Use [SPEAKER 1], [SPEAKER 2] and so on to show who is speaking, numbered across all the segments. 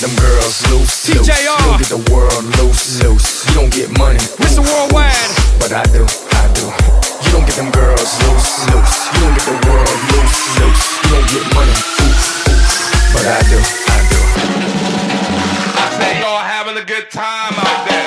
[SPEAKER 1] them girls loose. loose.
[SPEAKER 2] TJR.
[SPEAKER 1] You'll get the world loose. loose. You don't get money.
[SPEAKER 2] Mr.
[SPEAKER 1] oof,
[SPEAKER 2] Worldwide.
[SPEAKER 1] oof. But I do, I do. You don't get them girls loose. loose. You don't get the world loose. loose. You don't get money. oof, oof. But I do, I do.
[SPEAKER 3] I say y'all having a good time out there.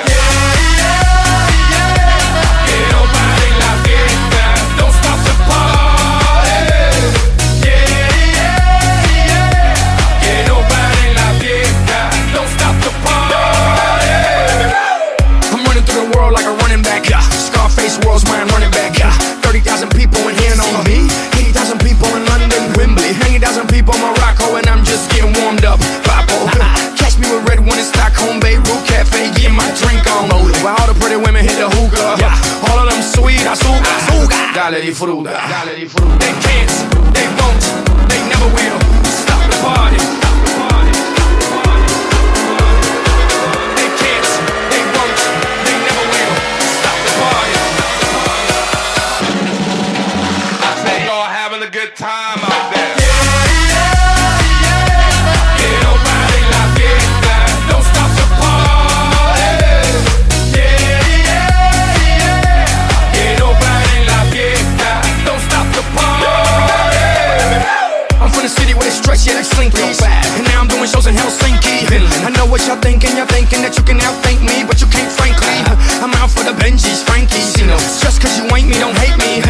[SPEAKER 1] I'm running through the world like a running back. Yeah. Scarface world's mine running back. Yeah. 30,000 people in here on me. 80,000 people in London, Wembley. 90,000 people in Morocco, and I'm just getting warmed up. Papo. Catch me with red one in Stockholm, Beirut Cafe, getting my drink on. While all the pretty women hit the hookah. All of them sweet, I suga, suga. Dale di fruta. Dale di fruta. They can't, they won't, they never will. Stop the party. Stop the party. Stop the party. They can't, they won't, they never will. Stop the party.
[SPEAKER 3] I say y'all having a good time out there.
[SPEAKER 1] I'm from the city where they stretch, yeah, they slink real bad. And now I'm doing shows in Helsinki. I know what y'all thinking, y'all thinking that you can outthink me, but you can't, frankly. I'm out for the Benjis, Frankies. Just cause you ain't me, don't hate me.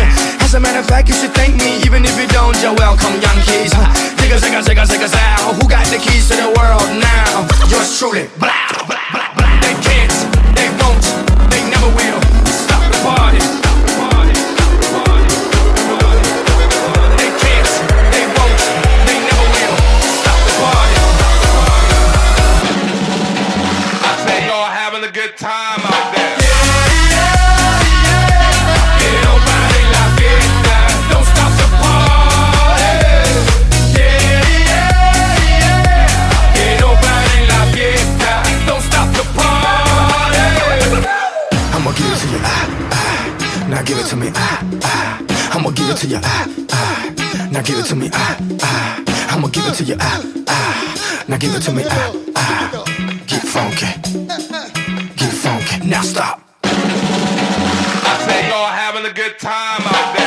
[SPEAKER 1] As a matter of fact, you should thank me, even if you don't, you're welcome, Yankees. Niggas, niggas, niggas, niggas out. Who got the keys to the world now? Yours truly. Blah, blah, blah, blah. They can't, they won't, they never will. Stop the party. Stop the party. Stop the party. They can't, they won't, they never will. Stop the party.
[SPEAKER 3] I say y'all having a good time out there.
[SPEAKER 1] I'ma give it to you. Ah, ah. Now give it to me. Ah, ah. I'ma give it to you. Ah, ah. Now give it to me. Ah, ah. I'ma give it to you. Ah, ah. Now give it to me. Ah, ah. Get funky. Get funky. Now stop.
[SPEAKER 3] I say y'all having a good time out there.